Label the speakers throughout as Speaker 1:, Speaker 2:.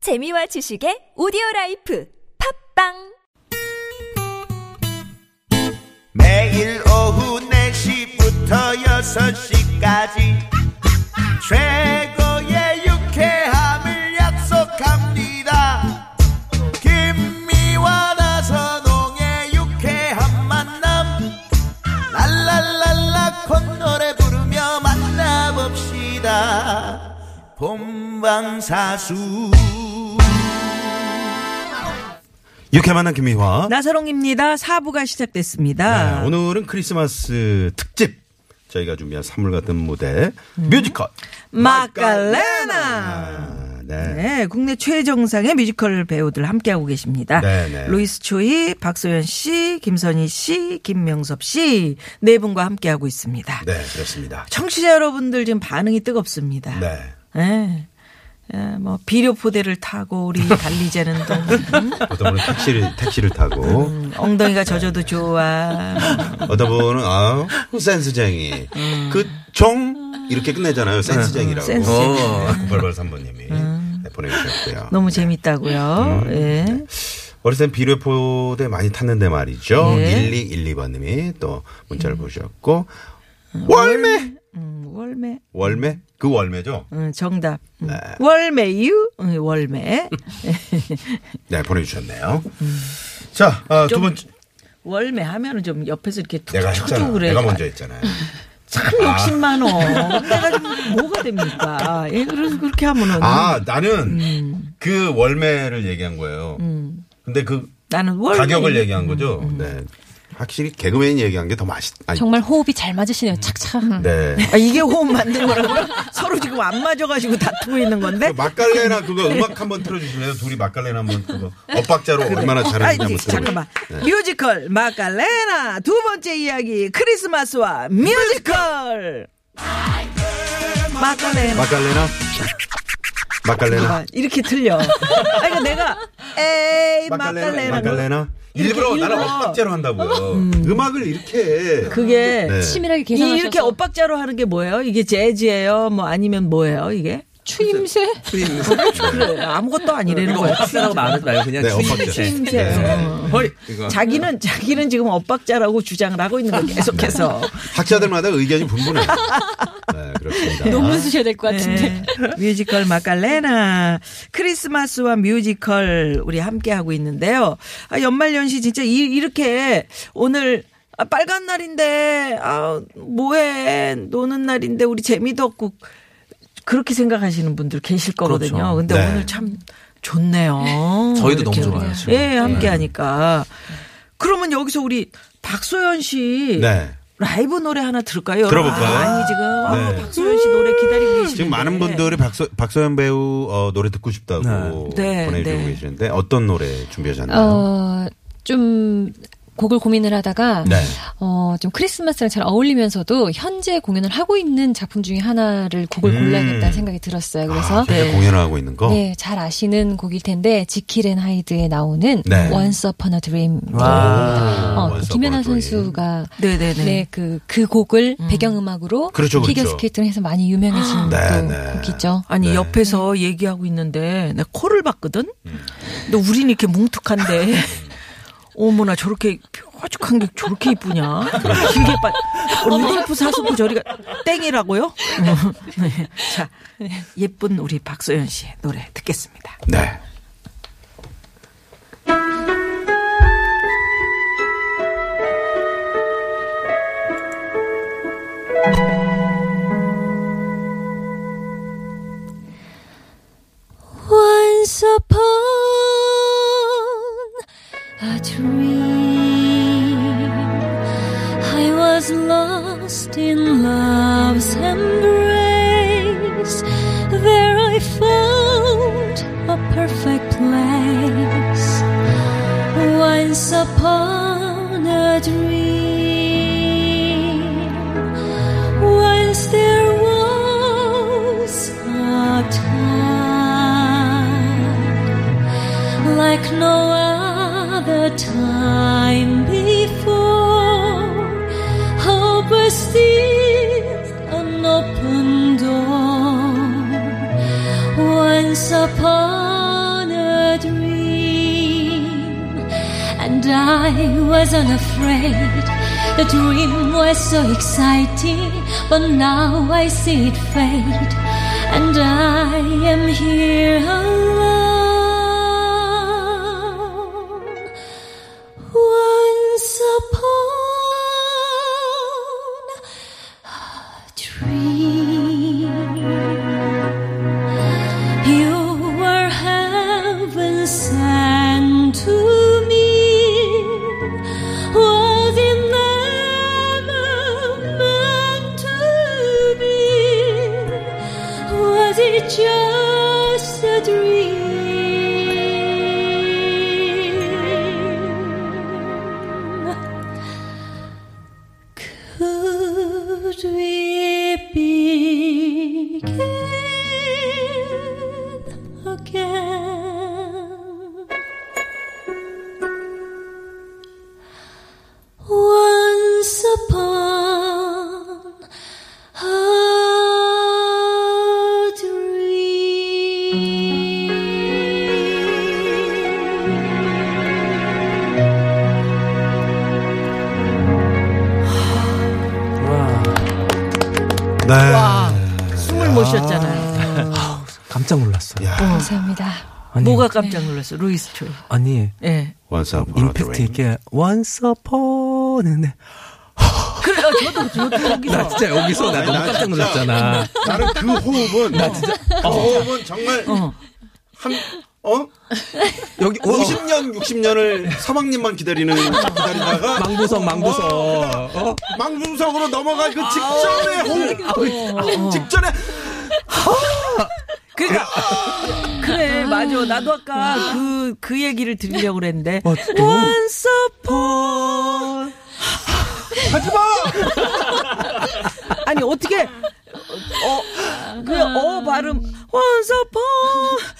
Speaker 1: 재미와 지식의 오디오 라이프 팝빵
Speaker 2: 매일 오후 4시부터 6시까지 최고의 유쾌함을 약속합니다 김미와 나선홍의 유쾌한 만남 랄랄랄라 콧노래 부르며 만나봅시다 본방사수
Speaker 3: 유쾌 만난 김미화.
Speaker 4: 나사롱입니다. 사부가 시작됐습니다.
Speaker 3: 네, 오늘은 크리스마스 특집 저희가 준비한 선물 같은 무대
Speaker 4: 음.
Speaker 3: 뮤지컬
Speaker 4: 마카레나.
Speaker 3: 아, 네.
Speaker 4: 네, 국내 최정상의 뮤지컬 배우들 함께하고 계십니다.
Speaker 3: 네, 네.
Speaker 4: 루이스 초이, 박소연 씨, 김선희 씨, 김명섭 씨 네 분과 함께하고 있습니다.
Speaker 3: 네, 그렇습니다.
Speaker 4: 청취자 여러분들 지금 반응이 뜨겁습니다.
Speaker 3: 네.
Speaker 4: 네. 예, 뭐 비료포대를 타고 우리 달리자는 동 음,
Speaker 3: 어떤 분은 택시를 택시를 타고
Speaker 4: 엉덩이가 젖어도 좋아.
Speaker 3: 어떤 분은 아 센스쟁이 그 종 이렇게 끝내잖아요. 센스쟁이라고.
Speaker 4: 네. 센스. 음.
Speaker 3: 어. 9883번님이 네, 보내주셨고요.
Speaker 4: 너무 재밌다고요.
Speaker 3: 음.
Speaker 4: 예.
Speaker 3: 네. 어렸을 땐 비료포대 많이 탔는데 말이죠.
Speaker 4: 예.
Speaker 3: 1212번님이 또 문자를 보셨고 월매
Speaker 4: 음, 월매.
Speaker 3: 월매 그 월매죠.
Speaker 4: 음, 정답. 음.
Speaker 3: 네.
Speaker 4: 월매유? 음, 월매.
Speaker 3: 네, 보내주셨네요. 자, 어,
Speaker 4: 음.
Speaker 3: 두
Speaker 4: 좀
Speaker 3: 번째.
Speaker 4: 월매 하면은 좀 옆에서 이렇게
Speaker 3: 내가
Speaker 4: 툭툭툭
Speaker 3: 했잖아.
Speaker 4: 그래. 음.
Speaker 3: 내가 먼저 아. 했잖아요.
Speaker 4: 참 욕심 많어. 내가 좀 뭐가 됩니까? 예, 그래서 그렇게 하면은
Speaker 3: 아, 나는
Speaker 4: 음.
Speaker 3: 그 월매를 얘기한 거예요. 근데 그
Speaker 4: 나는 월매.
Speaker 3: 가격을 얘기한 거죠. 네. 확실히 개그맨이 얘기한 게 더 맛있, 아니. 음.
Speaker 5: 정말 호흡이 잘 맞으시네요. 착착.
Speaker 3: 네.
Speaker 4: 아, 이게 호흡 만든 거라고요? 서로 지금 안 맞아가지고 다투고 있는 건데?
Speaker 3: 그 막갈레나 그거 음악 한번 틀어주실래요? 둘이 막갈레나 한번 그거 엇박자로 얼마나 잘하는지
Speaker 4: 아니,
Speaker 3: 한번 틀어주세요. 네.
Speaker 4: 잠깐만. 뮤지컬 마카레나 두 번째 이야기 크리스마스와 뮤지컬. 마카레나.
Speaker 3: 막갈레나? 막갈레나?
Speaker 4: 봐, 이렇게 틀려. 아, 이거 내가 에이
Speaker 3: 막갈레나?
Speaker 4: 막갈레나.
Speaker 3: 막갈레나? 일부러 나는
Speaker 4: 일부러.
Speaker 3: 엇박자로 한다고요. 음. 악을 이렇게.
Speaker 4: 그게
Speaker 3: 네.
Speaker 5: 치밀하게
Speaker 4: 이-
Speaker 5: 계산하셔서
Speaker 4: 이렇게 엇박자로 하는 게 뭐예요? 이게 재즈예요? 뭐 아니면 뭐예요? 이게?
Speaker 5: 추임새?
Speaker 4: 그래 아무것도 아니라는 거야.
Speaker 6: 억수라고 말하지 말고 그냥
Speaker 3: 네, 엇박자.
Speaker 6: 추임새.
Speaker 4: 어.
Speaker 3: 네.
Speaker 6: 헐.
Speaker 3: 이거.
Speaker 4: 자기는 자기는 지금 엇박자라고 주장을 하고 있는 거 계속해서.
Speaker 3: 학자들마다 의견이 분분해요. 네, 그렇습니다.
Speaker 5: 논문 쓰셔야 될 것 같은데.
Speaker 4: 네. 뮤지컬 마칼레나 크리스마스와 뮤지컬 우리 함께 하고 있는데요. 아, 연말연시 진짜 이, 렇게 오늘 아, 빨간 날인데 아 뭐해 노는 날인데 우리 재미도 없고 그렇게 생각하시는 분들 계실 거거든요.
Speaker 6: 그렇죠.
Speaker 4: 근데
Speaker 3: 네.
Speaker 4: 오늘 참 좋네요.
Speaker 6: 저희도 너무
Speaker 4: 이렇게
Speaker 6: 좋아요, 지금. 네.
Speaker 4: 예, 함께 하니까. 그러면 여기서 우리 박소연 씨
Speaker 3: 네.
Speaker 4: 라이브 노래 하나 들을까요?
Speaker 3: 들어볼까요?
Speaker 4: 아니 지금 아,
Speaker 3: 네.
Speaker 4: 박소연 씨 노래 기다리고 계시는데
Speaker 3: 지금 많은 분들이 박소, 박소연 배우 어, 노래 듣고 싶다고
Speaker 4: 네.
Speaker 3: 보내주고
Speaker 4: 네.
Speaker 3: 계시는데 어떤 노래 준비하셨나요?
Speaker 5: 어, 좀 곡을 고민을 하다가
Speaker 3: 네.
Speaker 5: 어, 좀 크리스마스랑 잘 어울리면서도 현재 공연을 하고 있는 작품 중에 하나를 곡을
Speaker 3: 음.
Speaker 5: 골라야겠다는 생각이 들었어요. 그래서
Speaker 3: 아, 현재 공연을 하고 있는 거?
Speaker 5: 네, 잘 아시는 곡일 텐데 지킬앤 하이드에 나오는
Speaker 3: 네.
Speaker 5: Once Upon a Dream.
Speaker 3: 와.
Speaker 5: 어,
Speaker 3: Once Upon
Speaker 5: 김연아
Speaker 3: a Dream.
Speaker 5: 선수가
Speaker 4: 네네네.
Speaker 5: 네, 그, 그 곡을 배경음악으로
Speaker 3: 그렇죠, 그렇죠.
Speaker 5: 피겨 스케이트를 해서 많이 유명해진
Speaker 3: 네,
Speaker 5: 또
Speaker 3: 네.
Speaker 5: 곡이죠.
Speaker 4: 아니 옆에서 얘기하고 있는데 내가 코를 봤거든.
Speaker 3: 음.
Speaker 4: 근데 우린 이렇게 뭉툭한데 어머나 저렇게 뾰족한 게 저렇게 이쁘냐? 길게 빠. 루돌프 사슴도 그 저리가 땡이라고요? 네. 자 예쁜 우리 박소연 씨의 노래 듣겠습니다.
Speaker 3: 네.
Speaker 5: Once upon a dream, I was lost in love's embrace. There I found a perfect place. Once upon a dream. Once there was a time like no other time before. Hope was still an open door. Once upon a dream, and I was unafraid. The dream was so exciting, but now I see it fade, and I am here alone. Once upon a dream. You were heaven sent to me. Was it never meant to be? Was it just a dream? Could we begin again? Once upon a dream.
Speaker 3: 네.
Speaker 4: 와, 숨을 못 쉬었잖아요.
Speaker 7: 깜짝 놀랐어요.
Speaker 3: 야.
Speaker 8: 감사합니다.
Speaker 3: 네.
Speaker 7: 아니,
Speaker 4: 뭐가 깜짝 놀랐어, 루이스 초이.
Speaker 7: 아니
Speaker 4: 예.
Speaker 3: Once upon a
Speaker 7: 임팩트
Speaker 3: dream.
Speaker 7: 있게 once upon 했는데
Speaker 4: 그래, 나 저도, 저도
Speaker 7: 나
Speaker 4: 여기서.
Speaker 7: 진짜 여기서 아, 나 너무
Speaker 3: 나
Speaker 7: 깜짝
Speaker 3: 진짜.
Speaker 7: 놀랐잖아.
Speaker 3: 나는 그 호흡은 그 호흡은 정말 한어
Speaker 7: 여기 오,
Speaker 3: 50년 60년을 서방님만 기다리는 기다리다가
Speaker 7: 망보선 망보선. 어?
Speaker 3: 망궁석으로 넘어갈 그 직전에
Speaker 7: 아, 그
Speaker 3: 홍 직전에
Speaker 4: 그니까, 그러니까 그래, 맞아. 나도 아까 그, 그 얘기를 드리려고 그랬는데.
Speaker 7: 어, 너무-
Speaker 4: Once upon. 하지마! 아니, 어떻게, 어, 그냥, 어, 발음. Once upon.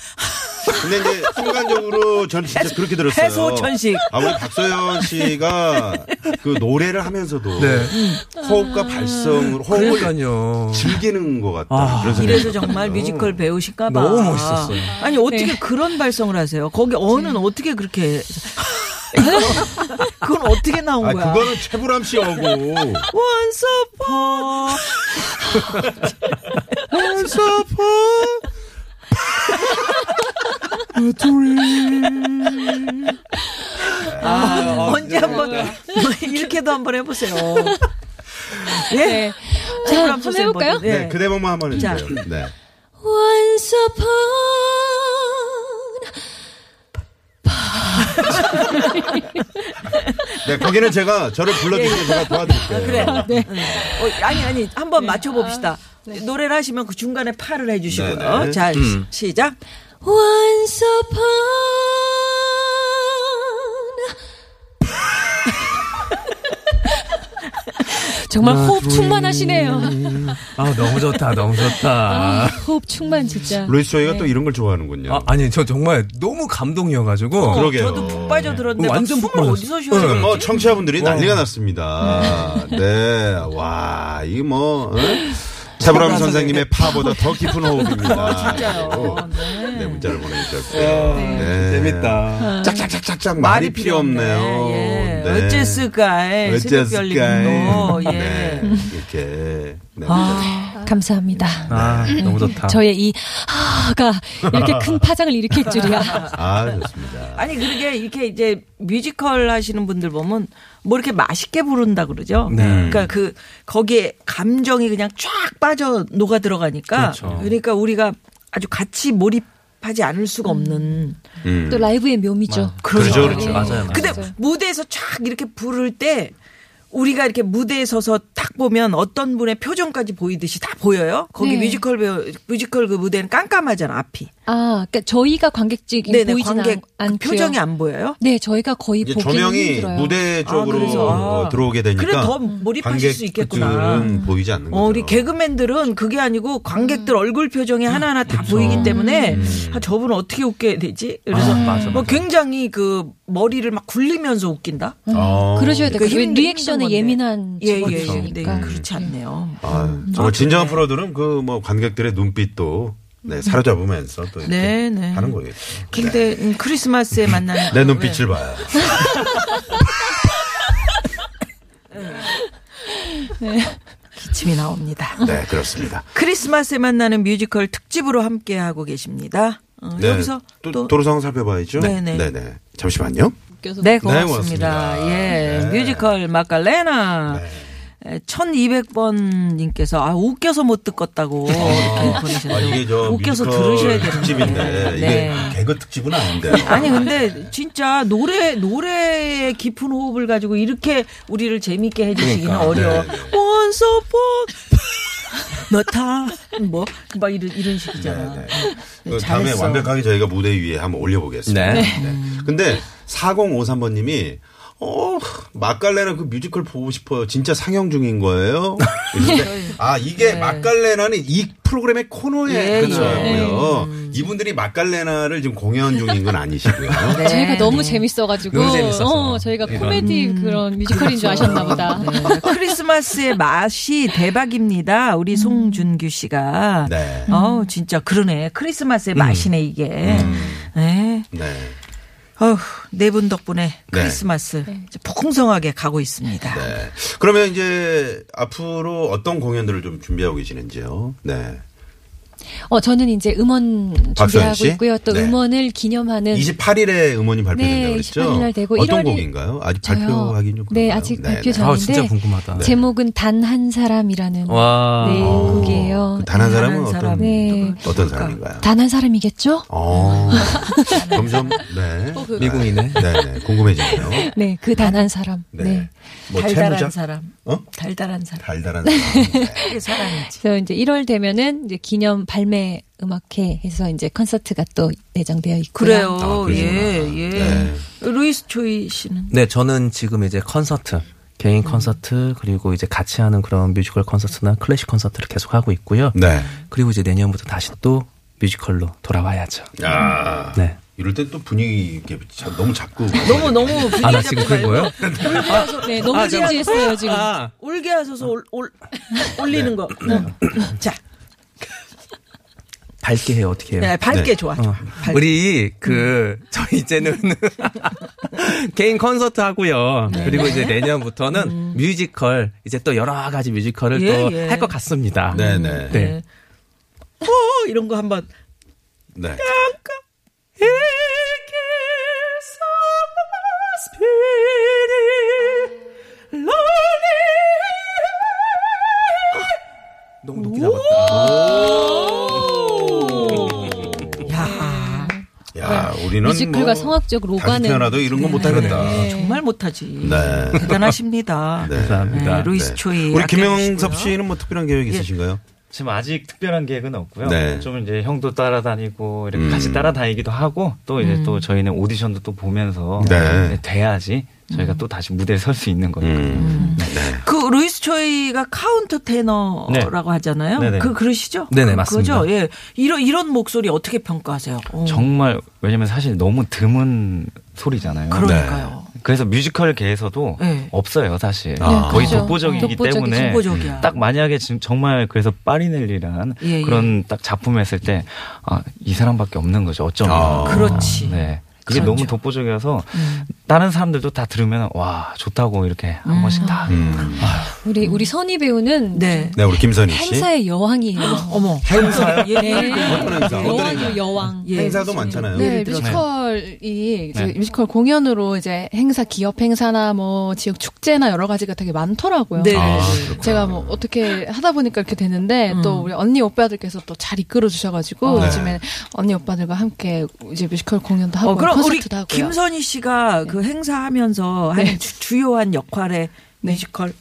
Speaker 3: 근데 이제 순간적으로 전 진짜 그렇게 들었어요.
Speaker 4: 해소천식.
Speaker 3: 아 우리 박소연 씨가 그 노래를 하면서도 호흡과 발성으로 호흡을
Speaker 7: 그러니까요.
Speaker 3: 즐기는 것 같다.
Speaker 7: 아,
Speaker 3: 그런 생각이
Speaker 4: 이래서 정말 뮤지컬 배우실까 봐.
Speaker 7: 어. 너무 멋있었어요.
Speaker 4: 아니, 어떻게 그런 발성을 하세요? 거기 어는 어떻게 그렇게. 그건 어떻게 나온
Speaker 3: 아,
Speaker 4: 거야?
Speaker 3: 그거는 최불암 씨하고
Speaker 4: Once upon.
Speaker 7: once upon a dream.
Speaker 4: 아,
Speaker 8: 네.
Speaker 4: 언제 한번 이렇게도 한번 해보세요. 예,
Speaker 8: 네. 자, 한번 해볼까요?
Speaker 4: 예.
Speaker 3: 네, 그 대목만 한번
Speaker 4: 자.
Speaker 3: 해주세요. 네.
Speaker 5: Once upon
Speaker 3: 네, 거기는 제가 저를 불러주시면 제가 도와드릴게요.
Speaker 4: 그래.
Speaker 8: 아, 네.
Speaker 4: 어, 아니 아니 한번 맞춰봅시다. 노래를 하시면 그 중간에 팔을 해주시고요.
Speaker 3: 네, 네.
Speaker 4: 자 시- 시작.
Speaker 5: Once upon
Speaker 8: 정말 호흡 충만하시네요. 아,
Speaker 7: 아 너무 좋다 너무
Speaker 4: 아.
Speaker 7: 좋다.
Speaker 8: 호흡 충만 진짜.
Speaker 3: 아. 루이스 조이가 또 이런 걸 좋아하는군요.
Speaker 7: 아, 아니 저 정말 너무 감동이어가지고
Speaker 4: 어,
Speaker 3: 그러게요.
Speaker 4: 저도 푹 빠져들었는데
Speaker 7: 완전
Speaker 4: 막
Speaker 7: 푹
Speaker 4: 숨을
Speaker 7: 빠졌어.
Speaker 4: 어디서 쉬어요?
Speaker 7: 지금
Speaker 3: 뭐 청취자분들이
Speaker 7: 와.
Speaker 3: 난리가 났습니다. 네, 와, 이게 뭐 어? 차브람 선생님의 파보다 더 깊은 호흡입니다.
Speaker 4: 진짜요.
Speaker 3: 네. 문자를 보내주셨고요. 네. 짝짝짝짝짝 말이 필요 없네요.
Speaker 4: 예.
Speaker 3: 네.
Speaker 4: 어째스까에 새벽별
Speaker 3: 어째스까에.
Speaker 4: 리노 예.
Speaker 3: 네, 이렇게. 네, 문자를.
Speaker 8: 감사합니다.
Speaker 7: 아 너무 좋다.
Speaker 8: 저의 이 하가 이렇게 큰 파장을 일으킬 줄이야.
Speaker 3: 아, 좋습니다.
Speaker 4: 아니 그러게 이렇게 이제 뮤지컬 하시는 분들 보면 뭐 이렇게 맛있게 부른다 그러죠.
Speaker 3: 네.
Speaker 4: 그러니까 그 거기에 감정이 그냥 쫙 빠져 녹아 들어가니까
Speaker 7: 그렇죠.
Speaker 4: 러니까 우리가 아주 같이 몰입하지 않을 수가 없는.
Speaker 3: 음.
Speaker 8: 또 라이브의 묘미죠. 네.
Speaker 3: 그렇죠, 그렇죠.
Speaker 7: 맞아요.
Speaker 4: 근데 무대에서 쫙 이렇게 부를 때 우리가 이렇게 무대에 서서 딱 보면 어떤 분의 표정까지 보이듯이 다 보여요. 거기
Speaker 8: 네.
Speaker 4: 뮤지컬 배우 뮤지컬 그 무대는 깜깜하잖아 앞이.
Speaker 8: 아, 그러니까 저희가 관객직
Speaker 4: 네네
Speaker 8: 보이진
Speaker 4: 관객 그
Speaker 8: 않, 고요
Speaker 4: 표정이 안 보여요.
Speaker 8: 네, 저희가 거의
Speaker 3: 이제
Speaker 8: 보기
Speaker 3: 조명이
Speaker 8: 힘들어요.
Speaker 3: 무대 쪽으로
Speaker 4: 그래서, 아.
Speaker 3: 어, 들어오게 되니까.
Speaker 4: 그래 더 몰입하실 수 있겠구나.
Speaker 3: 관객들은 음. 보이지 않는 거죠.
Speaker 4: 어, 우리 개그맨들은 그게 아니고
Speaker 8: 음.
Speaker 4: 관객들 얼굴
Speaker 3: 음.
Speaker 4: 표정이 하나하나 다 보이기 때문에 아, 저분 어떻게 웃게 되지? 그래서
Speaker 7: 아, 맞아,
Speaker 4: 뭐
Speaker 7: 맞아.
Speaker 4: 굉장히 그 머리를 막 굴리면서 웃긴다.
Speaker 3: 어.
Speaker 8: 그러셔야 돼요.
Speaker 4: 그러니까 힘든-
Speaker 8: 리액션에
Speaker 4: 힘든 건데.
Speaker 8: 예민한
Speaker 4: 예, 예, 예.
Speaker 8: 그러니까. 직업이시니까. 음.
Speaker 4: 네, 그렇지 않네요.
Speaker 3: 아, 정말 진정한 프로들은 그 뭐 관객들의 눈빛도 네, 사로잡으면서 또 이렇게
Speaker 4: 네, 네.
Speaker 3: 하는 거겠죠. 네.
Speaker 4: 근데 음, 크리스마스에 만나는
Speaker 3: 내
Speaker 4: 거
Speaker 3: 눈빛을 봐요.
Speaker 4: 기침이 나옵니다.
Speaker 3: 네, 그렇습니다.
Speaker 4: 크리스마스에 만나는 뮤지컬 특집으로 함께 하고 계십니다. 어,
Speaker 3: 네,
Speaker 4: 여기서
Speaker 3: 또,
Speaker 4: 또
Speaker 3: 도로 상황 살펴봐야죠.
Speaker 4: 네, 네.
Speaker 3: 네. 잠시만요.
Speaker 4: 네,
Speaker 3: 고맙습니다.
Speaker 4: 고맙습니다. 예.
Speaker 3: 네.
Speaker 4: 뮤지컬 마칼레나. 1200번님께서, 아, 웃겨서 못 듣겠다고 이렇게 보내셨는데.
Speaker 3: 아, 이게 저
Speaker 4: 웃겨서
Speaker 3: 뮤지컬
Speaker 4: 들으셔야 되는데. 네.
Speaker 3: 특집인데 이게 개그 특집은 아닌데.
Speaker 4: 아니, 근데 진짜 노래, 노래의 깊은 호흡을 가지고 이렇게 우리를 재밌게 해주시기는
Speaker 3: 그러니까,
Speaker 4: 어려워.
Speaker 3: 네, 네.
Speaker 4: 원소 포, 너타, 뭐, 막 이런, 이런 식이잖아.
Speaker 3: 네,
Speaker 4: 네,
Speaker 3: 그 다음에
Speaker 4: 잘했어.
Speaker 3: 완벽하게 저희가 무대 위에 한번 올려보겠습니다.
Speaker 7: 네.
Speaker 3: 근데 4053번님이 어 마깔레나 그 뮤지컬 보고 싶어요. 진짜 상영 중인 거예요.
Speaker 4: 네.
Speaker 3: 이러는데 아 이게 마깔레나는 이 프로그램의 코너에
Speaker 4: 예,
Speaker 3: 근처하고요. 음. 이분들이 마깔레나를 지금 공연 중인 건 아니시고요.
Speaker 4: 네.
Speaker 5: 저희가 너무 재밌어가지고
Speaker 7: 너무 재밌어서.
Speaker 5: 어, 저희가
Speaker 7: 이런.
Speaker 5: 코미디 그런 뮤지컬인 줄
Speaker 3: 그렇죠.
Speaker 5: 아셨나 보다.
Speaker 4: 네, 크리스마스의 맛이 대박입니다. 우리 송준규 씨가.
Speaker 3: 네.
Speaker 4: 어우, 진짜 그러네. 크리스마스의 맛이네, 이게. 네.
Speaker 3: 네.
Speaker 4: 어휴, 네분 덕분에 크리스마스 이제 풍성하게 가고 있습니다.
Speaker 3: 네. 그러면 이제 앞으로 어떤 공연들을 좀 준비하고 계시는지요? 네.
Speaker 5: 어 저는 이제 음원
Speaker 3: 박소연
Speaker 5: 준비하고
Speaker 3: 씨?
Speaker 5: 있고요. 또
Speaker 3: 네.
Speaker 5: 음원을 기념하는
Speaker 3: 28일에 음원이 발표된다고
Speaker 5: 네,
Speaker 3: 그랬죠?
Speaker 5: 28일 날 되고
Speaker 3: 어떤
Speaker 5: 1월에
Speaker 3: 곡인가요? 아직 발표하긴 좀
Speaker 5: 네,
Speaker 3: 그런가요?
Speaker 5: 아직
Speaker 3: 네,
Speaker 5: 발표
Speaker 3: 네. 어,
Speaker 5: 전-
Speaker 7: 아, 진짜
Speaker 5: 근데
Speaker 7: 궁금하다.
Speaker 5: 제목은 단 한 사람이라는
Speaker 7: 와.
Speaker 5: 네 곡이에요.
Speaker 3: 그단한 사람은
Speaker 4: 한
Speaker 3: 어떤
Speaker 4: 사람.
Speaker 5: 네.
Speaker 3: 어떤 사람인가요?
Speaker 5: 단 한 사람이겠죠?
Speaker 3: 어. 점점 네.
Speaker 7: 미국이네.
Speaker 3: 네, 네. 궁금해지네요.
Speaker 5: 네, 그 단 한 사람.
Speaker 3: 네.
Speaker 5: 네.
Speaker 3: 뭐
Speaker 4: 달달한
Speaker 3: 채무자?
Speaker 4: 사람.
Speaker 3: 어?
Speaker 4: 달달한 사람.
Speaker 3: 달달한 사람. 네.
Speaker 4: 그게 사랑이지.
Speaker 5: 그래서 이제 1월 되면은 이제 기념 발매 음악회에서 이제 콘서트가 또 예정되어 있고요.
Speaker 4: 그래요.
Speaker 3: 아, 그러시구나.
Speaker 4: 예, 예.
Speaker 3: 네.
Speaker 4: 루이스 초이 씨는
Speaker 7: 네, 저는 지금 이제 콘서트, 개인 콘서트, 그리고 이제 같이 하는 그런 뮤지컬 콘서트나 클래식 콘서트를 계속 하고 있고요.
Speaker 3: 네.
Speaker 7: 그리고 이제 내년부터 다시 또 뮤지컬로 돌아와야죠.
Speaker 3: 아.
Speaker 7: 네.
Speaker 3: 이럴 땐 또 분위기 이렇게 참 너무 자꾸
Speaker 4: 너무 너무 분위기
Speaker 7: 아, 나
Speaker 4: 잡지
Speaker 7: 지금 그런
Speaker 4: 말고
Speaker 7: 거예요?
Speaker 5: 네, 너무
Speaker 4: 아,
Speaker 5: 진지했어요, 지금.
Speaker 7: 아,
Speaker 4: 울게 하셔서 올, 올 올리는 거. 어. 자,
Speaker 7: 밝게 해요, 어떻게 해요?
Speaker 4: 네, 밝게
Speaker 3: 네.
Speaker 4: 좋아.
Speaker 7: 어,
Speaker 4: 좋아. 밝게.
Speaker 7: 우리 그 저희 이제는 개인 콘서트 하고요.
Speaker 4: 네.
Speaker 7: 그리고 이제 내년부터는 뮤지컬 이제 또 여러 가지 뮤지컬을
Speaker 4: 음. 예,
Speaker 7: 또
Speaker 4: 예.
Speaker 7: 할 것 같습니다.
Speaker 3: 네, 네.
Speaker 7: 네.
Speaker 4: 어, 이런 거 한번
Speaker 3: 네. 아,
Speaker 7: 너무 높게 잡았다.
Speaker 4: 야,
Speaker 3: 야, 우리는
Speaker 5: 네. 뮤지컬과
Speaker 3: 뭐
Speaker 5: 성악적
Speaker 3: 다시
Speaker 5: 로가는 네.
Speaker 3: 태어나도 이런 건 못하겠다.
Speaker 4: 정말 못 하지.
Speaker 3: 네.
Speaker 4: 대단하십니다.
Speaker 7: 감사합니다.
Speaker 4: 네, 루이스
Speaker 3: 네.
Speaker 4: 초이. 아껴주시고요.
Speaker 3: 우리
Speaker 4: 예.
Speaker 3: 김영섭 씨는 뭐 특별한 계획 있으신가요?
Speaker 9: 지금 아직 특별한 계획은 없고요.
Speaker 3: 네.
Speaker 9: 좀 이제 형도 따라다니고 이렇게
Speaker 3: 음.
Speaker 9: 같이 따라다니기도 하고 또 이제
Speaker 4: 음.
Speaker 9: 또 저희는 오디션도 또 보면서
Speaker 3: 네.
Speaker 9: 이제 돼야지 저희가
Speaker 4: 음.
Speaker 9: 또 다시 무대에 설 수 있는 거니까.
Speaker 3: 음.
Speaker 4: 그 루이스 초이가 카운터 테너라고 하잖아요.
Speaker 9: 네네.
Speaker 4: 그 그러시죠?
Speaker 7: 네네,
Speaker 4: 그-
Speaker 7: 맞습니다.
Speaker 4: 그거죠? 예. 이런 이런 목소리 어떻게 평가하세요? 어,
Speaker 9: 정말 왜냐면 사실 너무 드문 소리잖아요.
Speaker 3: 네.
Speaker 4: 그러니까요.
Speaker 9: 그래서 뮤지컬계에서도
Speaker 4: 네.
Speaker 9: 없어요, 사실.
Speaker 3: 아.
Speaker 9: 거의
Speaker 5: 그렇죠.
Speaker 9: 독보적이기
Speaker 5: 독보적이죠.
Speaker 7: 네.
Speaker 9: 때문에
Speaker 4: 독보적이야.
Speaker 9: 딱 만약에 지금 정말 그래서 파리넬리란
Speaker 4: 예, 예.
Speaker 9: 그런 딱 작품을 했을 때 아, 이 사람밖에 없는 거죠. 어쩌면.
Speaker 3: 아.
Speaker 4: 그렇지.
Speaker 9: 네. 그게
Speaker 4: 그렇죠.
Speaker 9: 너무 독보적이어서
Speaker 10: 음.
Speaker 9: 다른 사람들도 다 들으면 와, 좋다고 이렇게 한 번씩 다
Speaker 5: 아.
Speaker 3: 음.
Speaker 5: 우리 우리 선희 배우는
Speaker 4: 네.
Speaker 3: 네, 우리 김선희 씨.
Speaker 5: 행사의 여왕이에요.
Speaker 4: 어머.
Speaker 3: 행사.
Speaker 4: 예.
Speaker 3: 어떤 행사? 아, 어떤
Speaker 5: 여왕이요,
Speaker 3: 행사?
Speaker 5: 여왕.
Speaker 4: 예.
Speaker 3: 행사도 많잖아요.
Speaker 10: 네,
Speaker 4: 예를 들어서.
Speaker 10: 뮤지컬이 이제
Speaker 9: 네.
Speaker 10: 뮤지컬 공연으로 이제 행사, 기업 행사나 뭐 지역 축제나 여러 가지가 되게 많더라고요.
Speaker 4: 네.
Speaker 3: 아, 그렇구나.
Speaker 10: 제가 뭐 어떻게 하다 보니까 이렇게 됐는데
Speaker 5: 음.
Speaker 10: 또 우리 언니 오빠들께서 또 잘 이끌어
Speaker 5: 아,
Speaker 10: 주셔가지고
Speaker 3: 네.
Speaker 10: 요즘에 언니 오빠들과 함께 이제 뮤지컬 공연도 하고
Speaker 4: 어, 그럼 우리
Speaker 10: 콘서트도 하고요. 네.
Speaker 4: 김선희 씨가 그 행사하면서 한 주, 요한 역할의 뮤지컬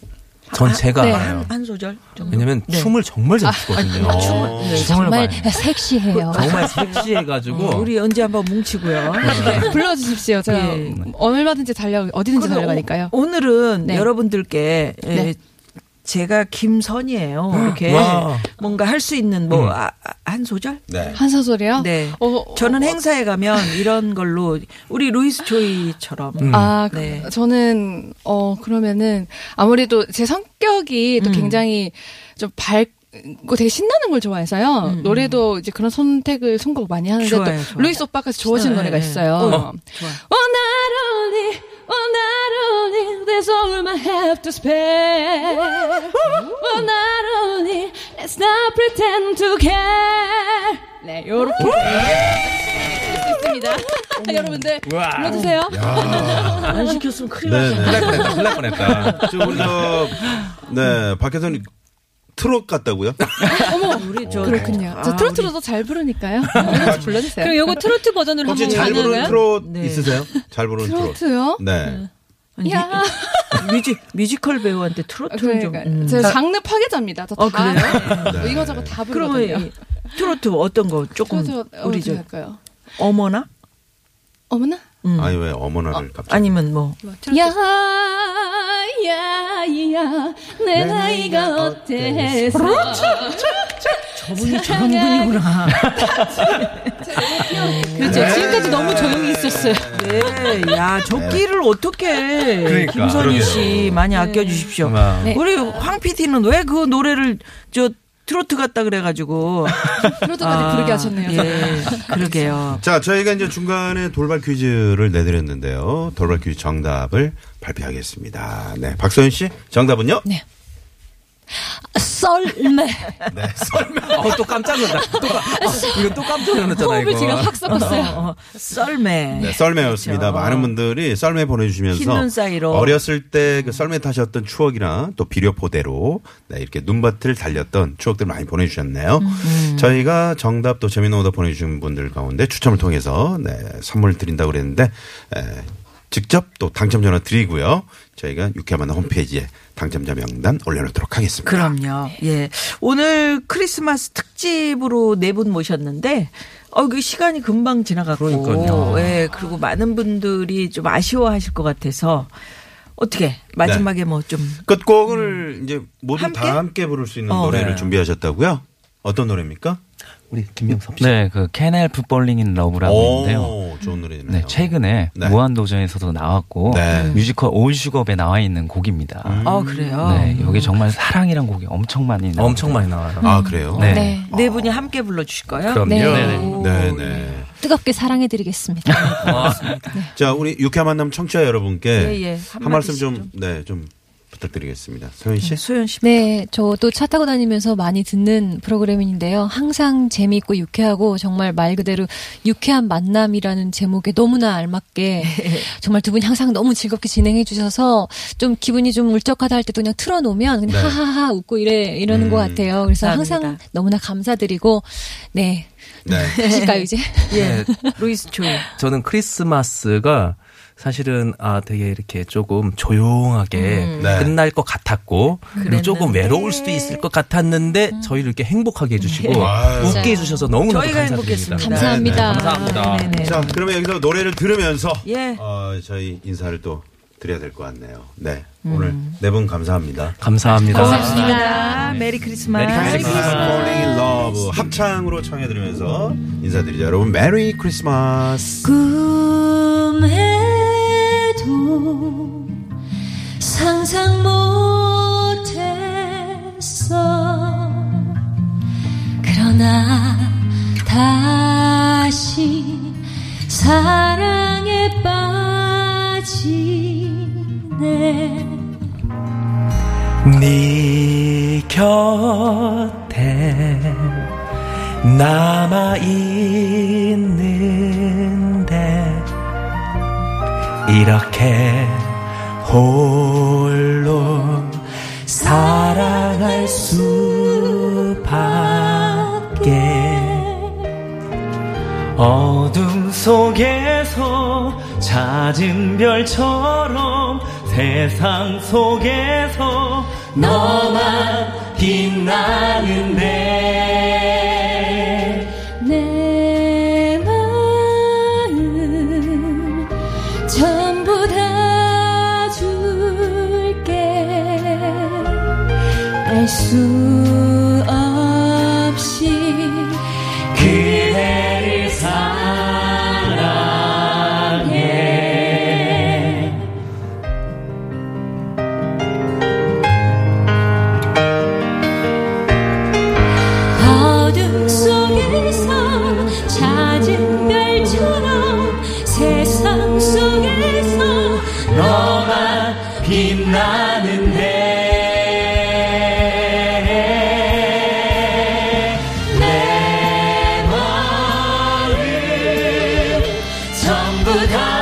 Speaker 7: 전 제가
Speaker 10: 네.
Speaker 7: 알아요. 네.
Speaker 4: 한 소절 정도.
Speaker 7: 왜냐면
Speaker 5: 네.
Speaker 7: 춤을 정말
Speaker 5: 아,
Speaker 7: 잘 추거든요.
Speaker 3: 어,
Speaker 7: 춤을
Speaker 5: 정말
Speaker 7: 많이.
Speaker 5: 섹시해요.
Speaker 7: 정말 섹시해가지고
Speaker 5: 음,
Speaker 4: 어, 우리 언제 한번 뭉치고요.
Speaker 3: 그,
Speaker 10: 네, 불러주십시오. 제가
Speaker 4: 예.
Speaker 10: 얼마든지 달려 어디든지
Speaker 4: 그러면
Speaker 10: 달려가니까요.
Speaker 4: 오, 늘은
Speaker 10: 네.
Speaker 4: 여러분들께 에,
Speaker 10: 네.
Speaker 4: 제가 김선이에요. 이렇게
Speaker 7: 와. 음.
Speaker 4: 뭔가 할 수 있는 뭐 한 소절?
Speaker 3: 네.
Speaker 10: 한사 소리요?
Speaker 4: 네.
Speaker 10: 어, 어,
Speaker 4: 저는 행사에 가면 이런 걸로 우리 루이스 조이처럼
Speaker 9: 음.
Speaker 10: 아, 그-
Speaker 4: 네. 음.
Speaker 10: 저는 어 그러면은 아무래도 제 성격이 또 굉장히 좀 밝. 거 되게 신나는 걸 좋아해서요. 노래도 이제 그런 선택을 선곡 많이 하는데
Speaker 4: 음, 좋아요,
Speaker 10: 또
Speaker 4: 좋아요.
Speaker 10: 루이스 오빠가 좋아진
Speaker 4: 네,
Speaker 10: 노래가
Speaker 4: 네.
Speaker 10: 있어요.
Speaker 5: Oh, not only, oh, not only, there's all room I have to spare. Oh, not only, let's not pretend to care. 네, 요렇게.
Speaker 10: 네,
Speaker 5: 될수 있습니다. 여러분들, 불러주세요.
Speaker 4: 안 시켰으면 큰일
Speaker 3: 네,
Speaker 4: 났어.
Speaker 3: 네.
Speaker 9: 큰일 날 뻔했다.
Speaker 3: 지금 우리 저, 네, 박혜선이 트롯 같다고요?
Speaker 9: 네.
Speaker 4: 우리 저
Speaker 10: 그렇군요. 저
Speaker 4: 아,
Speaker 10: 트로트로도 잘 부르니까요. 노래 좀 불러주세요.
Speaker 5: 그럼 요거 트로트 버전으로
Speaker 3: 혹시
Speaker 5: 한번
Speaker 3: 잘 부르는
Speaker 5: 가능한가요?
Speaker 3: 트롯
Speaker 4: 네.
Speaker 3: 있으세요? 잘 부르는 트롯.
Speaker 10: 트로트요?
Speaker 3: 네.
Speaker 4: 우리-
Speaker 10: 야.
Speaker 4: 뮤지, 뮤지컬 배우한테 트로트는 좀.
Speaker 10: 그러니까
Speaker 4: 음.
Speaker 10: 제가 장르 파괴자입니다. 저
Speaker 4: 어,
Speaker 10: 다,
Speaker 4: 그래요?
Speaker 10: 네. 뭐 이거저거 다 부르거든요.
Speaker 4: 그러면 이 트로트 어떤 거 조금
Speaker 10: 그래서
Speaker 4: 음, 우리
Speaker 10: 우리
Speaker 4: 저
Speaker 10: 할까요?
Speaker 4: 어머나
Speaker 10: 어머나?
Speaker 4: 음.
Speaker 3: 아니, 왜 어머나를 갑자기.
Speaker 4: 아니면 뭐
Speaker 5: 야, 야, 야,
Speaker 4: 네,
Speaker 5: 내 나이가
Speaker 3: 네.
Speaker 5: 어때서.
Speaker 4: 그렇죠. 저분이 저런 분이구나.
Speaker 5: 그렇죠. 지금까지 너무 조용히 있었어요.
Speaker 4: 네, 야, 저 끼를 어떻게
Speaker 9: 그러니까.
Speaker 4: 김선희 씨
Speaker 10: 네.
Speaker 4: 많이 아껴 주십시오.
Speaker 9: 아.
Speaker 4: 우리 황 PD는 왜 그 노래를 저 트로트 같다 그래 가지고 아,
Speaker 10: 트로트까지 부르게 하셨네요.
Speaker 4: 예. 그러게요.
Speaker 3: 자, 저희가 이제 중간에 돌발 퀴즈를 내드렸는데요. 돌발 퀴즈 정답을 발표하겠습니다. 네. 박소연 씨, 정답은요? 네.
Speaker 5: 썰매.
Speaker 3: 네,
Speaker 9: 어, 또 깜짝 놀랐다. 또, 깜- 어, 이거 또 깜짝 놀랐잖아,
Speaker 5: 호흡을
Speaker 9: 이거.
Speaker 5: 지금 확 섞었어요.
Speaker 4: 어, 썰매.
Speaker 3: 네, 썰매였습니다.
Speaker 4: 그렇죠.
Speaker 3: 많은 분들이 썰매 보내주시면서
Speaker 4: 흰눈 사이로.
Speaker 3: 어렸을 때 그 썰매 타셨던 추억이나 또 비료포대로 네, 이렇게 눈밭을 달렸던 추억들 많이 보내주셨네요.
Speaker 4: 음,
Speaker 3: 저희가 정답 또 재미있는 오답 보내주신 분들 가운데 추첨을 통해서 네, 선물 드린다고 그랬는데 에, 직접 또 당첨 전화 드리고요. 저희가 유쾌한 만남 홈페이지에 당첨자 명단 올려놓도록 하겠습니다.
Speaker 4: 그럼요. 예. 오늘 크리스마스 특집으로 네 분 모셨는데, 어, 그 시간이 금방 지나갔고.
Speaker 9: 그러니까요.
Speaker 4: 예. 그리고 많은 분들이 좀 아쉬워하실 것 같아서, 어떻게, 마지막에 뭐 좀,
Speaker 3: 끝곡을 이제 모두
Speaker 4: 함께?
Speaker 3: 다 함께 부를 수 있는
Speaker 4: 어.
Speaker 3: 노래를
Speaker 9: 네.
Speaker 3: 준비하셨다고요? 어떤 노래입니까?
Speaker 9: 우리 김명섭 씨.
Speaker 7: 네, 그 Can Help Falling in Love라고 있는데요.
Speaker 3: 오, 좋은 노래네요.
Speaker 7: 네, 최근에
Speaker 3: 네.
Speaker 7: 무한도전에서도 나왔고
Speaker 3: 네.
Speaker 7: 뮤지컬 올 슈겁에 나와 있는 곡입니다.
Speaker 9: 음.
Speaker 4: 어, 그래요.
Speaker 7: 네, 여기 정말 사랑이란 곡이 엄청 많이 나와요.
Speaker 9: 엄청 많이 나와요.
Speaker 3: 아 그래요?
Speaker 7: 네.
Speaker 11: 네.
Speaker 4: 네 분이 함께 불러주실 거예요?
Speaker 9: 그럼요. 네,
Speaker 4: 오,
Speaker 3: 네네.
Speaker 5: 뜨겁게 사랑해드리겠습니다.
Speaker 3: 자 우리 유쾌한 만남 청취자 여러분께
Speaker 4: 예, 예.
Speaker 3: 한,
Speaker 4: 한마디씩
Speaker 3: 말씀
Speaker 4: 좀.
Speaker 3: 좀 네 좀 부탁드리겠습니다. 소연 씨.
Speaker 4: 소연 씨.
Speaker 11: 네, 저도 차 타고 다니면서 많이 듣는 프로그램인데요. 항상 재미있고 유쾌하고 정말 말 그대로 유쾌한 만남이라는 제목에 너무나 알맞게 정말 두 분이 항상 너무 즐겁게 진행해 주셔서 좀 기분이 좀 울적하다 할 때도 그냥 틀어놓으면 그냥
Speaker 3: 네.
Speaker 11: 하하하 웃고 이래 이러는
Speaker 3: 음.
Speaker 11: 것 같아요. 그래서 항상
Speaker 4: 감사합니다.
Speaker 11: 너무나 감사드리고 네
Speaker 3: 네.
Speaker 11: 하실까요 이제?
Speaker 9: 네.
Speaker 4: 예. 루이스 조.
Speaker 9: 저는 크리스마스가 사실은 아 되게 이렇게 조금 조용하게
Speaker 3: 네.
Speaker 9: 끝날 것 같았고 그리고 조금
Speaker 4: 음. 그랬는데. 음.
Speaker 9: 외로울 수도 있을 것 같았는데 저희를 이렇게 행복하게 해주시고
Speaker 3: 아유.
Speaker 9: 웃게 해주셔서 너무나
Speaker 4: 네. 저희가
Speaker 9: 감사드립니다.
Speaker 4: 행복했습니다.
Speaker 11: 감사합니다.
Speaker 9: 감사합니다.
Speaker 4: 네네.
Speaker 3: 자 그러면 여기서 노래를 들으면서
Speaker 4: 예.
Speaker 3: 어, 저희 인사를 또 드려야 될 것 같네요. 네
Speaker 4: 음.
Speaker 3: 오늘 네 분 감사합니다.
Speaker 9: 감사합니다.
Speaker 4: 감사합니다. 아, 메리 크리스마스.
Speaker 3: 크리스마스 falling in love 합창으로 청해드리면서 인사드리죠. 여러분 메리 크리스마스.
Speaker 5: 꿈에도 상상 못했어 그러나 다시 사랑에 빠지네
Speaker 9: 네 곁에 남아 있는데 이렇게 홀로 사랑할 수밖에
Speaker 7: 어둠 속에서 찾은 별처럼 세상 속에서 너만 빛나는데
Speaker 5: 내 마음 전부 다 줄게 알 수 없이
Speaker 7: 그대를 사랑해
Speaker 5: 내 빛나는데 내 마음 전부 다